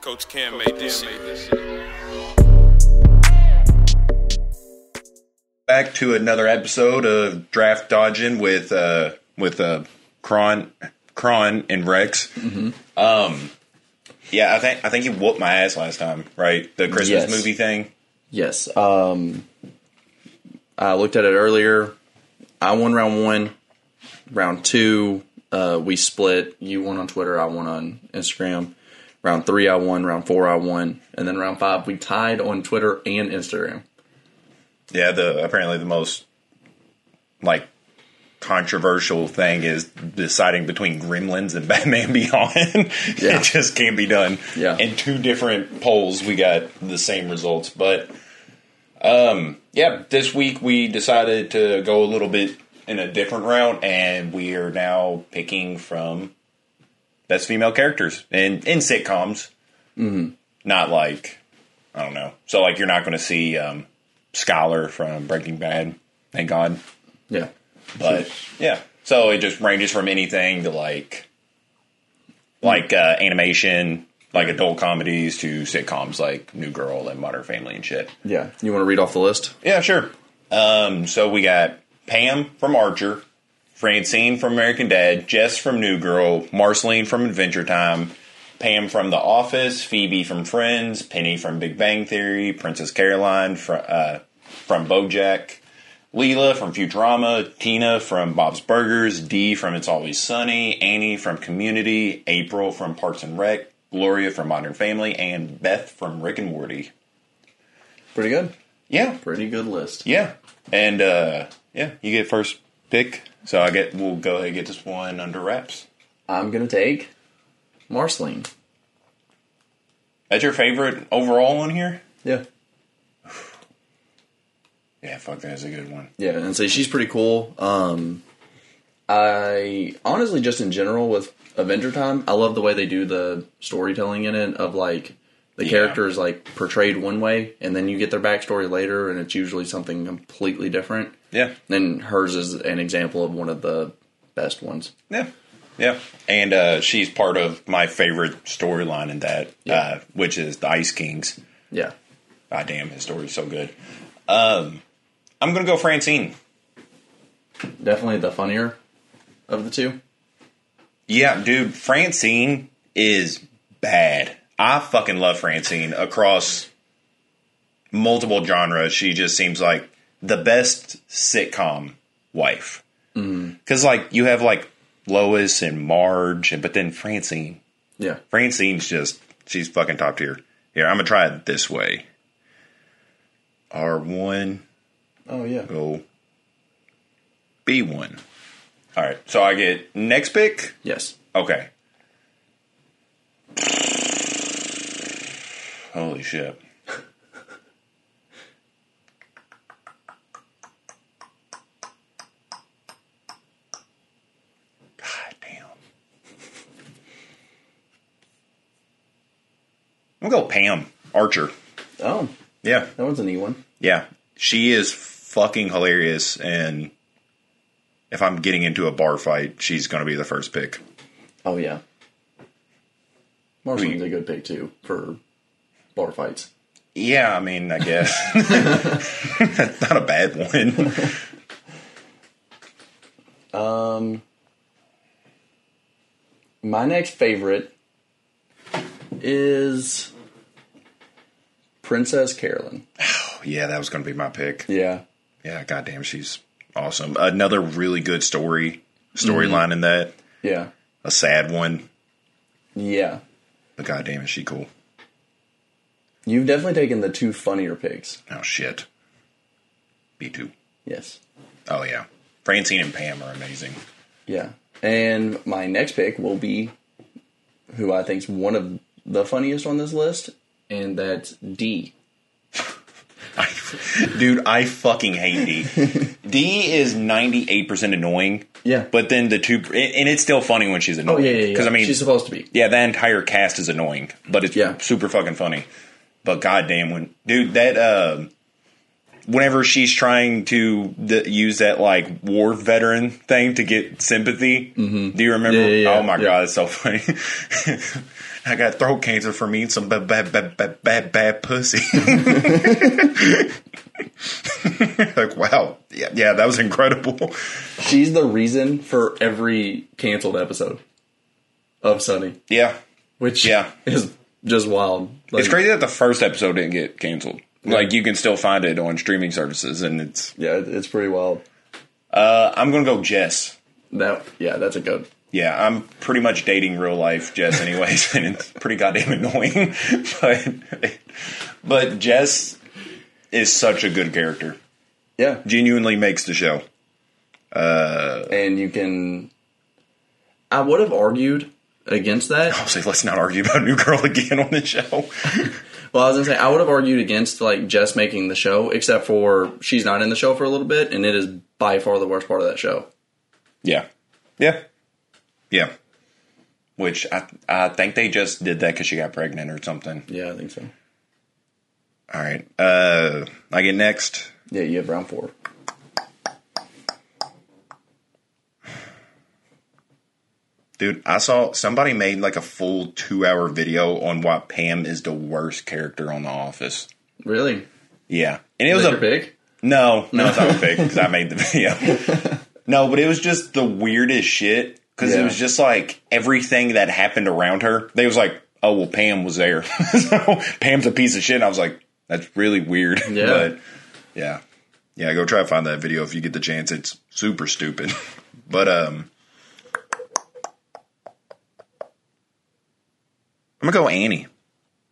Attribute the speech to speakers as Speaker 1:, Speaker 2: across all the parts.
Speaker 1: Coach Cam made this shit.
Speaker 2: Back to another episode of Draft Dodging with uh with uh Kron Kron and Rex. Um yeah, I think I think he whooped my ass last time, right? The Christmas
Speaker 3: Yes.
Speaker 2: movie thing.
Speaker 3: Yes. Um, I looked at it earlier. I won round one. Round two, uh, we split. You won on Twitter. I won on Instagram. Round three, I won. Round four, I won. And then round five, we tied on Twitter and Instagram.
Speaker 2: Yeah, the apparently the most like controversial thing is deciding between Gremlins and Batman Beyond.
Speaker 3: Yeah.
Speaker 2: it just can't be done.
Speaker 3: Yeah.
Speaker 2: In two different polls we got the same results. But um yeah, this week we decided to go a little bit in a different route and we are now picking from best female characters in, in sitcoms.
Speaker 3: Mm-hmm.
Speaker 2: Not like I don't know. So like you're not gonna see um Scholar from Breaking Bad, thank God.
Speaker 3: Yeah.
Speaker 2: But yeah, so it just ranges from anything to like, like uh, animation, like adult comedies to sitcoms like New Girl and Modern Family and shit.
Speaker 3: Yeah. You want to read off the list?
Speaker 2: Yeah, sure. Um, so we got Pam from Archer, Francine from American Dad, Jess from New Girl, Marceline from Adventure Time, Pam from The Office, Phoebe from Friends, Penny from Big Bang Theory, Princess Caroline from uh, from BoJack, Leela from Futurama, Tina from Bob's Burgers, Dee from It's Always Sunny, Annie from Community, April from Parks and Rec, Gloria from Modern Family, and Beth from Rick and Morty.
Speaker 3: Pretty good.
Speaker 2: Yeah,
Speaker 3: Pretty good list.
Speaker 2: yeah, and uh, yeah, you get first pick. So I get we'll go ahead and get this one under wraps.
Speaker 3: I'm going to take Marceline.
Speaker 2: That's your favorite overall on here?
Speaker 3: Yeah.
Speaker 2: Yeah, fuck, that's a good one.
Speaker 3: Yeah, and so she's pretty cool. Um, I honestly, just in general with Avenger Time, I love the way they do the storytelling in it of like the
Speaker 2: Yeah.
Speaker 3: characters like portrayed one way, and then you get their backstory later, and it's usually something completely different.
Speaker 2: Yeah,
Speaker 3: And hers is an example of one of the best ones.
Speaker 2: yeah, yeah. And uh, she's part of my favorite storyline in that, uh, which is the Ice Kings.
Speaker 3: Yeah,
Speaker 2: Ah, damn, his story's so good. Um, I'm gonna go Francine.
Speaker 3: definitely the funnier of the two.
Speaker 2: Yeah, dude, Francine is bad. I fucking love Francine across multiple genres. She just seems like the best sitcom wife. Because, like, you have, like, Lois and Marge, and but then Francine.
Speaker 3: Yeah,
Speaker 2: Francine's just, she's fucking top tier. Here, I'm going to try it this way. R1,
Speaker 3: oh yeah,
Speaker 2: go B1. All right, so I get next pick.
Speaker 3: yes,
Speaker 2: Okay. Holy shit. God damn. I'm gonna go Pam Archer.
Speaker 3: oh
Speaker 2: Yeah.
Speaker 3: that one's a neat one.
Speaker 2: Yeah. She is fucking hilarious and if I'm getting into a bar fight, she's gonna be the first pick.
Speaker 3: Oh yeah, Marceline's a good pick too for bar fights.
Speaker 2: Yeah, I mean, I guess that's not a bad one.
Speaker 3: My next favorite is Princess Carolyn.
Speaker 2: yeah, that was going to be my pick.
Speaker 3: Yeah.
Speaker 2: Yeah, goddamn, she's awesome. Another really good story storyline in that.
Speaker 3: Yeah.
Speaker 2: A sad one,
Speaker 3: Yeah.
Speaker 2: but goddamn, is she cool?
Speaker 3: You've definitely taken the two funnier picks.
Speaker 2: Oh shit, B two.
Speaker 3: Yes.
Speaker 2: Oh yeah, Francine and Pam are amazing.
Speaker 3: Yeah. And my next pick will be who I think's one of the funniest on this list, and that's D.
Speaker 2: I, dude, I fucking hate D. D is ninety eight percent annoying.
Speaker 3: Yeah.
Speaker 2: but then the two, and and it's still funny when she's
Speaker 3: Oh,
Speaker 2: annoying. Because I mean,
Speaker 3: she's supposed to be.
Speaker 2: yeah, that entire cast is annoying, but it's
Speaker 3: Yeah.
Speaker 2: super fucking funny. But goddamn, when dude that uh, whenever she's trying to th- use that like war veteran thing to get sympathy. Do you remember?
Speaker 3: Mm-hmm. Yeah, yeah, yeah,
Speaker 2: oh my
Speaker 3: yeah.
Speaker 2: god, it's so funny. I got throat cancer from eating some bad, bad, bad, bad, bad, bad pussy. like wow, yeah, yeah, that was incredible.
Speaker 3: She's the reason for every canceled episode of Sunny,
Speaker 2: Yeah,
Speaker 3: which
Speaker 2: Yeah.
Speaker 3: is just wild. Like,
Speaker 2: it's crazy that the first episode didn't get canceled. Like you can still find it on streaming services, and it's.
Speaker 3: Yeah, it- it's pretty wild.
Speaker 2: Uh, I'm gonna go Jess.
Speaker 3: That yeah, that's a good.
Speaker 2: yeah, I'm pretty much dating real life Jess, anyways, and it's pretty goddamn annoying. but but Jess is such a good character.
Speaker 3: Yeah,
Speaker 2: Genuinely makes the show.
Speaker 3: and you can. I would have argued against that.
Speaker 2: I'll say, let's not argue about New Girl again on the show.
Speaker 3: Well, I was gonna say I would have argued against like Jess making the show, except for she's not in the show for a little bit, and it is by far the worst part of that show.
Speaker 2: Yeah, yeah, yeah. Which I I think they just did that because she got pregnant or something.
Speaker 3: Yeah, I think so.
Speaker 2: All right, uh, I get next.
Speaker 3: Yeah, you have round four.
Speaker 2: Dude, I saw somebody made like a full two hour video on why Pam is the worst character on The Office.
Speaker 3: Really?
Speaker 2: Yeah, and it was
Speaker 3: Was
Speaker 2: a
Speaker 3: it big?
Speaker 2: no, no, it's not a fake because I made the video. no, but it was just the weirdest shit because
Speaker 3: Yeah.
Speaker 2: it was just like everything that happened around her. They was like, oh well, Pam was there, so Pam's a piece of shit. And I was like, that's really weird.
Speaker 3: Yeah.
Speaker 2: but yeah, yeah. Go try to find that video if you get the chance. It's super stupid, but um. I'm gonna go Annie.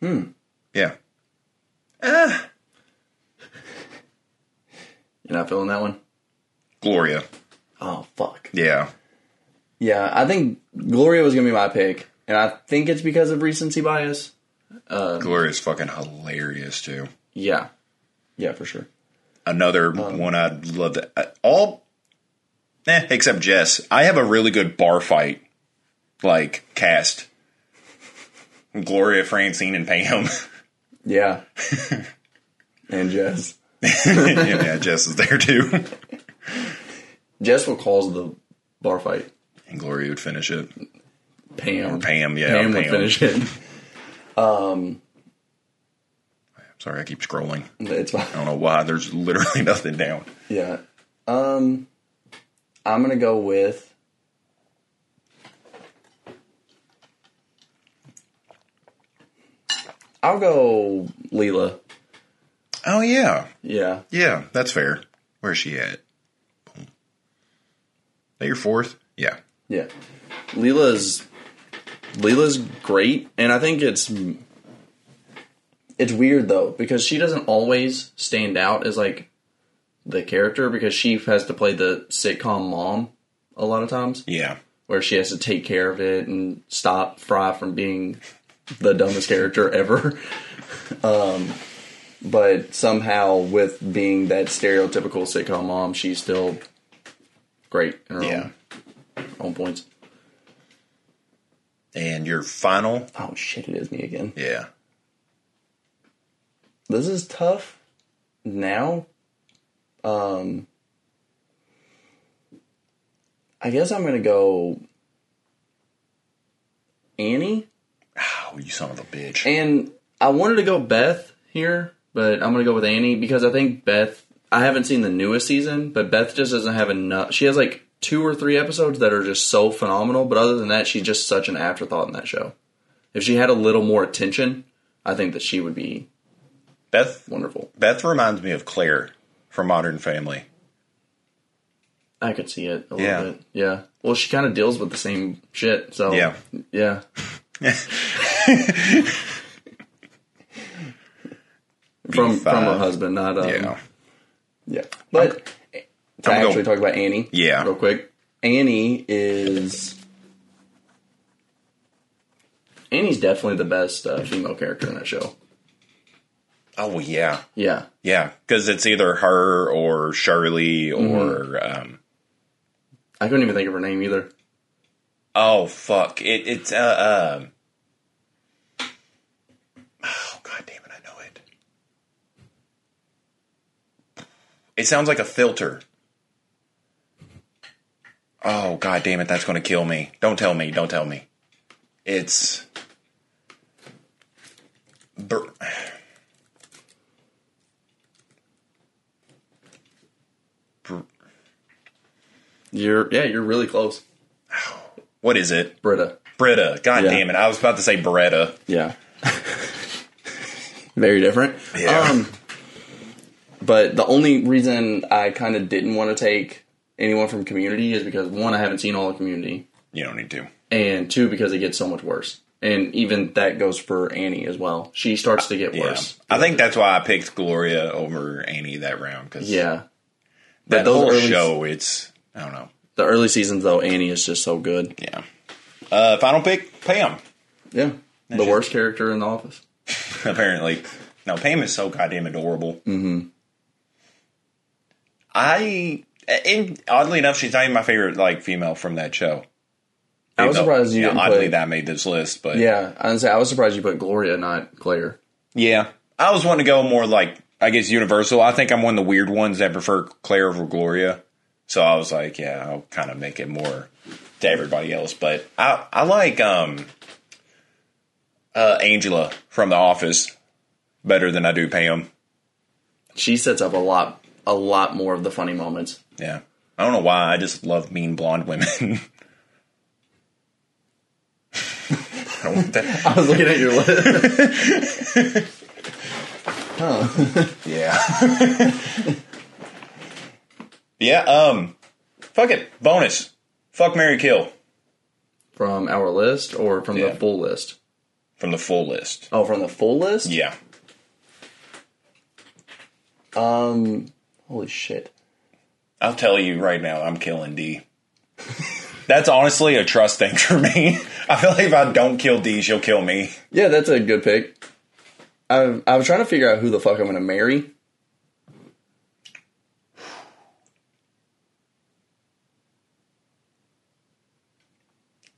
Speaker 2: Hmm. Yeah.
Speaker 3: You're not feeling that one?
Speaker 2: Gloria.
Speaker 3: Oh fuck.
Speaker 2: Yeah.
Speaker 3: Yeah, I think Gloria was gonna be my pick, and I think it's because of recency bias.
Speaker 2: Gloria's fucking hilarious too.
Speaker 3: Yeah, yeah, for sure.
Speaker 2: Another one I'd love to uh, all eh, except Jess. I have a really good bar fight like cast. Gloria, Francine, and Pam.
Speaker 3: Yeah, and Jess.
Speaker 2: yeah, yeah, Jess is there too.
Speaker 3: Jess will cause the bar fight.
Speaker 2: And Gloria would finish it.
Speaker 3: Pam.
Speaker 2: Pam, yeah.
Speaker 3: Pam will finish it.
Speaker 2: Sorry, I keep scrolling. I
Speaker 3: It's fine.
Speaker 2: don't know why. There's literally nothing down.
Speaker 3: Yeah. Um I'm gonna go with I'll go Leela.
Speaker 2: Oh yeah.
Speaker 3: Yeah.
Speaker 2: Yeah, that's fair. Where's she at? Boom. That your fourth? Yeah.
Speaker 3: Yeah. Leela's Leela's great and I think it's it's weird though because she doesn't always stand out as like the character because she has to play the sitcom mom a lot of times.
Speaker 2: Yeah.
Speaker 3: where she has to take care of it and stop Fry from being the dumbest character ever. Um, but somehow, with being that stereotypical sitcom mom, she's still great in her
Speaker 2: Yeah.
Speaker 3: own, own points.
Speaker 2: And your final?
Speaker 3: Oh shit! It is me again.
Speaker 2: Yeah.
Speaker 3: This is tough now. Um, I guess I'm gonna go Annie.
Speaker 2: Oh, you son of a bitch.
Speaker 3: And I wanted to go Beth here, but I'm going to go with Annie because I think Beth. I haven't seen the newest season, but Beth just doesn't have enough. She has like two or three episodes that are just so phenomenal, but other than that, she's just such an afterthought in that show. If she had a little more attention, I think that she would be
Speaker 2: Beth
Speaker 3: wonderful.
Speaker 2: Beth reminds me of Claire from Modern Family.
Speaker 3: I could see it a little
Speaker 2: Yeah.
Speaker 3: bit. Yeah. Well, she kind of deals with the same shit, so
Speaker 2: Yeah.
Speaker 3: yeah. from from her
Speaker 2: five.
Speaker 3: husband, not um,
Speaker 2: uh, Yeah.
Speaker 3: Yeah. But to
Speaker 2: I'm
Speaker 3: actually
Speaker 2: going-
Speaker 3: talk about Annie.
Speaker 2: Yeah.
Speaker 3: Real quick. Annie is. Annie's definitely the best uh, female character in that show.
Speaker 2: Oh yeah.
Speaker 3: Yeah.
Speaker 2: Yeah, cuz it's either her or Shirley or um
Speaker 3: I couldn't even think of her name either.
Speaker 2: oh fuck. It it's uh um Oh god damn it, I know it. It sounds like a filter. Oh god damn it, that's gonna kill me. Don't tell me, don't tell me. It's Bur- Bur-
Speaker 3: You're yeah, you're really close.
Speaker 2: what is it?
Speaker 3: Britta.
Speaker 2: Brita. God
Speaker 3: Yeah.
Speaker 2: damn it. I was about to say Beretta.
Speaker 3: Yeah. Very different.
Speaker 2: Yeah.
Speaker 3: Um, but the only reason I kind of didn't want to take anyone from Community is because one, I haven't seen all of Community,
Speaker 2: You don't need to.
Speaker 3: and two, because it gets so much worse. And even that goes for Annie as well. She starts to get
Speaker 2: Yeah.
Speaker 3: worse.
Speaker 2: I think that's why I picked Gloria over Annie that round because
Speaker 3: Yeah.
Speaker 2: that
Speaker 3: But those
Speaker 2: whole
Speaker 3: early-
Speaker 2: show, it's, I don't know.
Speaker 3: The early seasons though, Annie is just so good.
Speaker 2: Yeah. Uh, final pick, Pam,
Speaker 3: Yeah. the worst character in the office.
Speaker 2: apparently. No, Pam is so goddamn adorable. Mm-hmm. I, and oddly enough, she's not even my favorite, like, female from that show.
Speaker 3: I
Speaker 2: Even
Speaker 3: was
Speaker 2: though,
Speaker 3: surprised you
Speaker 2: know,
Speaker 3: didn't
Speaker 2: oddly
Speaker 3: put-
Speaker 2: that made this list, but
Speaker 3: Yeah, honestly, I was surprised you put Gloria, not Claire.
Speaker 2: Yeah. I was wanting to go more like, I guess, universal. I think I'm one of the weird ones that prefer Claire over Gloria. So I was like, yeah, I'll kind of make it more to everybody else. But I, I like um, uh, Angela from The Office better than I do Pam.
Speaker 3: She sets up a lot, a lot more of the funny moments.
Speaker 2: Yeah. I don't know why. I just love mean blonde women. I don't want that.
Speaker 3: I was looking at your list.
Speaker 2: Yeah. yeah, um fuck it. Bonus. Fuck Mary Kill
Speaker 3: From our list or from
Speaker 2: Yeah.
Speaker 3: the full list?
Speaker 2: from the full list.
Speaker 3: Oh, from the full list?
Speaker 2: Yeah.
Speaker 3: Um, holy shit.
Speaker 2: I'll tell you right now, I'm killing D. That's honestly a trust thing for me. I feel like if I don't kill D, she'll kill me.
Speaker 3: Yeah, that's a good pick. I, I was trying to figure out who the fuck I'm going to marry.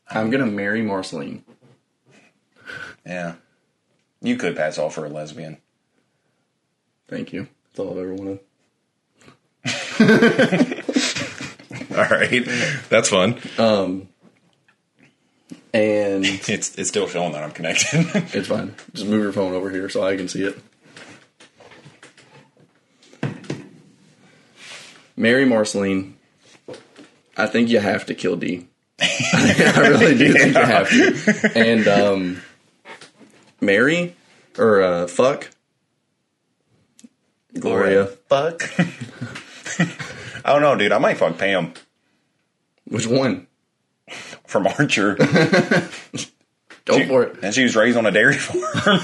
Speaker 3: I'm going to marry Marceline.
Speaker 2: Yeah. You could pass off for a lesbian.
Speaker 3: Thank you. That's all I've ever wanted.
Speaker 2: All right. That's fun.
Speaker 3: Um, and
Speaker 2: It's it's still showing that I'm connected.
Speaker 3: it's fine. Just move your phone over here so I can see it. Mary Marceline, I think you have to kill D. I really do think you have to. And um, Mary or uh, fuck Gloria.
Speaker 2: Fuck. I don't know, dude. I might fuck Pam
Speaker 3: Which one?
Speaker 2: from Archer.
Speaker 3: Go for it.
Speaker 2: And she was raised on a dairy farm.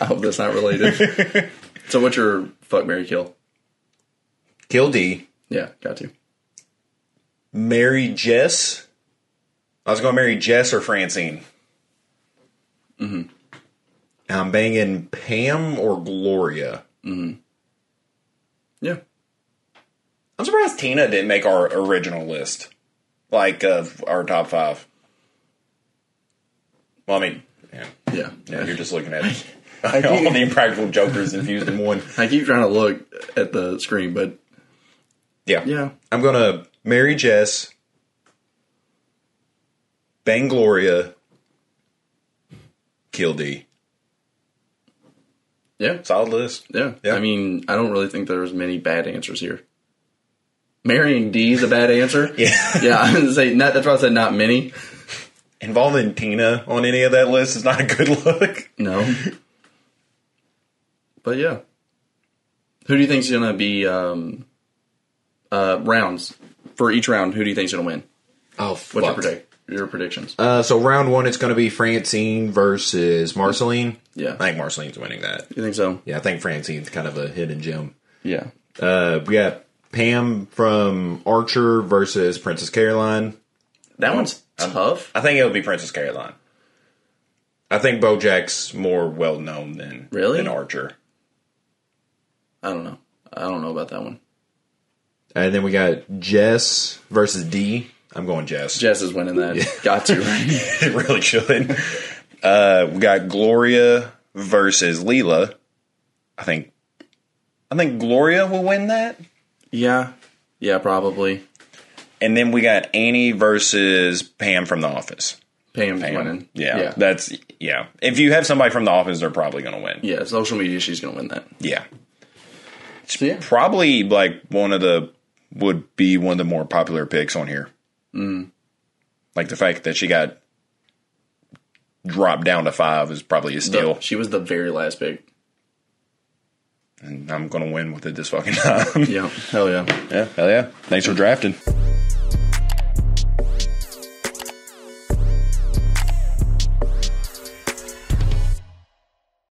Speaker 3: I hope that's not related. so what's your fuck Mary kill?
Speaker 2: Kill D.
Speaker 3: Yeah, got to.
Speaker 2: Marry Jess. I was going to marry Jess or Francine. Mm-hmm. I'm banging Pam or Gloria.
Speaker 3: Yeah.
Speaker 2: I'm surprised Tina didn't make our original list, like of our top five. Well, I mean, yeah,
Speaker 3: Yeah.
Speaker 2: yeah, you're just looking at
Speaker 3: I
Speaker 2: all
Speaker 3: keep-
Speaker 2: the impractical jokers infused in one.
Speaker 3: I keep trying to look at the screen, but
Speaker 2: Yeah.
Speaker 3: yeah,
Speaker 2: I'm gonna marry Jess, bang Gloria, kill D.
Speaker 3: yeah,
Speaker 2: Solid list.
Speaker 3: yeah.
Speaker 2: Yeah.
Speaker 3: I mean, I don't really think there's many bad answers here. Marrying D is a bad answer.
Speaker 2: Yeah.
Speaker 3: yeah. I would say not. That's why I said not many.
Speaker 2: Involving Tina on any of that list is not a good look.
Speaker 3: No. But yeah, who do you think's gonna be um, uh, rounds for each round? Who do you think's gonna win?
Speaker 2: Oh,
Speaker 3: What's your predict? Your predictions?
Speaker 2: Uh, so round one, it's gonna be Francine versus Marceline.
Speaker 3: Yeah.
Speaker 2: I think Marceline's winning that.
Speaker 3: you think so?
Speaker 2: Yeah, I think Francine's kind of a hidden gem.
Speaker 3: Yeah.
Speaker 2: Uh, we got Pam from Archer versus Princess Caroline.
Speaker 3: That one's
Speaker 2: Um,
Speaker 3: tough.
Speaker 2: I think it'll be Princess Caroline. I think BoJack's more well known than
Speaker 3: Really?
Speaker 2: than Archer.
Speaker 3: I don't know. I don't know about that one.
Speaker 2: And then we got Jess versus D. I'm going Jess.
Speaker 3: Jess is winning that. Got to. Right?
Speaker 2: it really should. Uh, we got Gloria versus Leela. I think I think Gloria will win that.
Speaker 3: Yeah. Yeah, probably.
Speaker 2: And then we got Annie versus Pam from The Office.
Speaker 3: Pam's winning.
Speaker 2: Yeah,
Speaker 3: Yeah.
Speaker 2: that's yeah. If you have somebody from The Office, they're probably going to win.
Speaker 3: yeah, social media, she's going to win that.
Speaker 2: Yeah,
Speaker 3: So, yeah.
Speaker 2: probably like one of the would be one of the more popular picks on here. Mm. Like the fact that she got dropped down to five is probably a steal.
Speaker 3: She was the very last pick.
Speaker 2: and I'm going to win with it this fucking time.
Speaker 3: Yeah. Hell yeah.
Speaker 2: yeah, hell yeah! Thanks for drafting.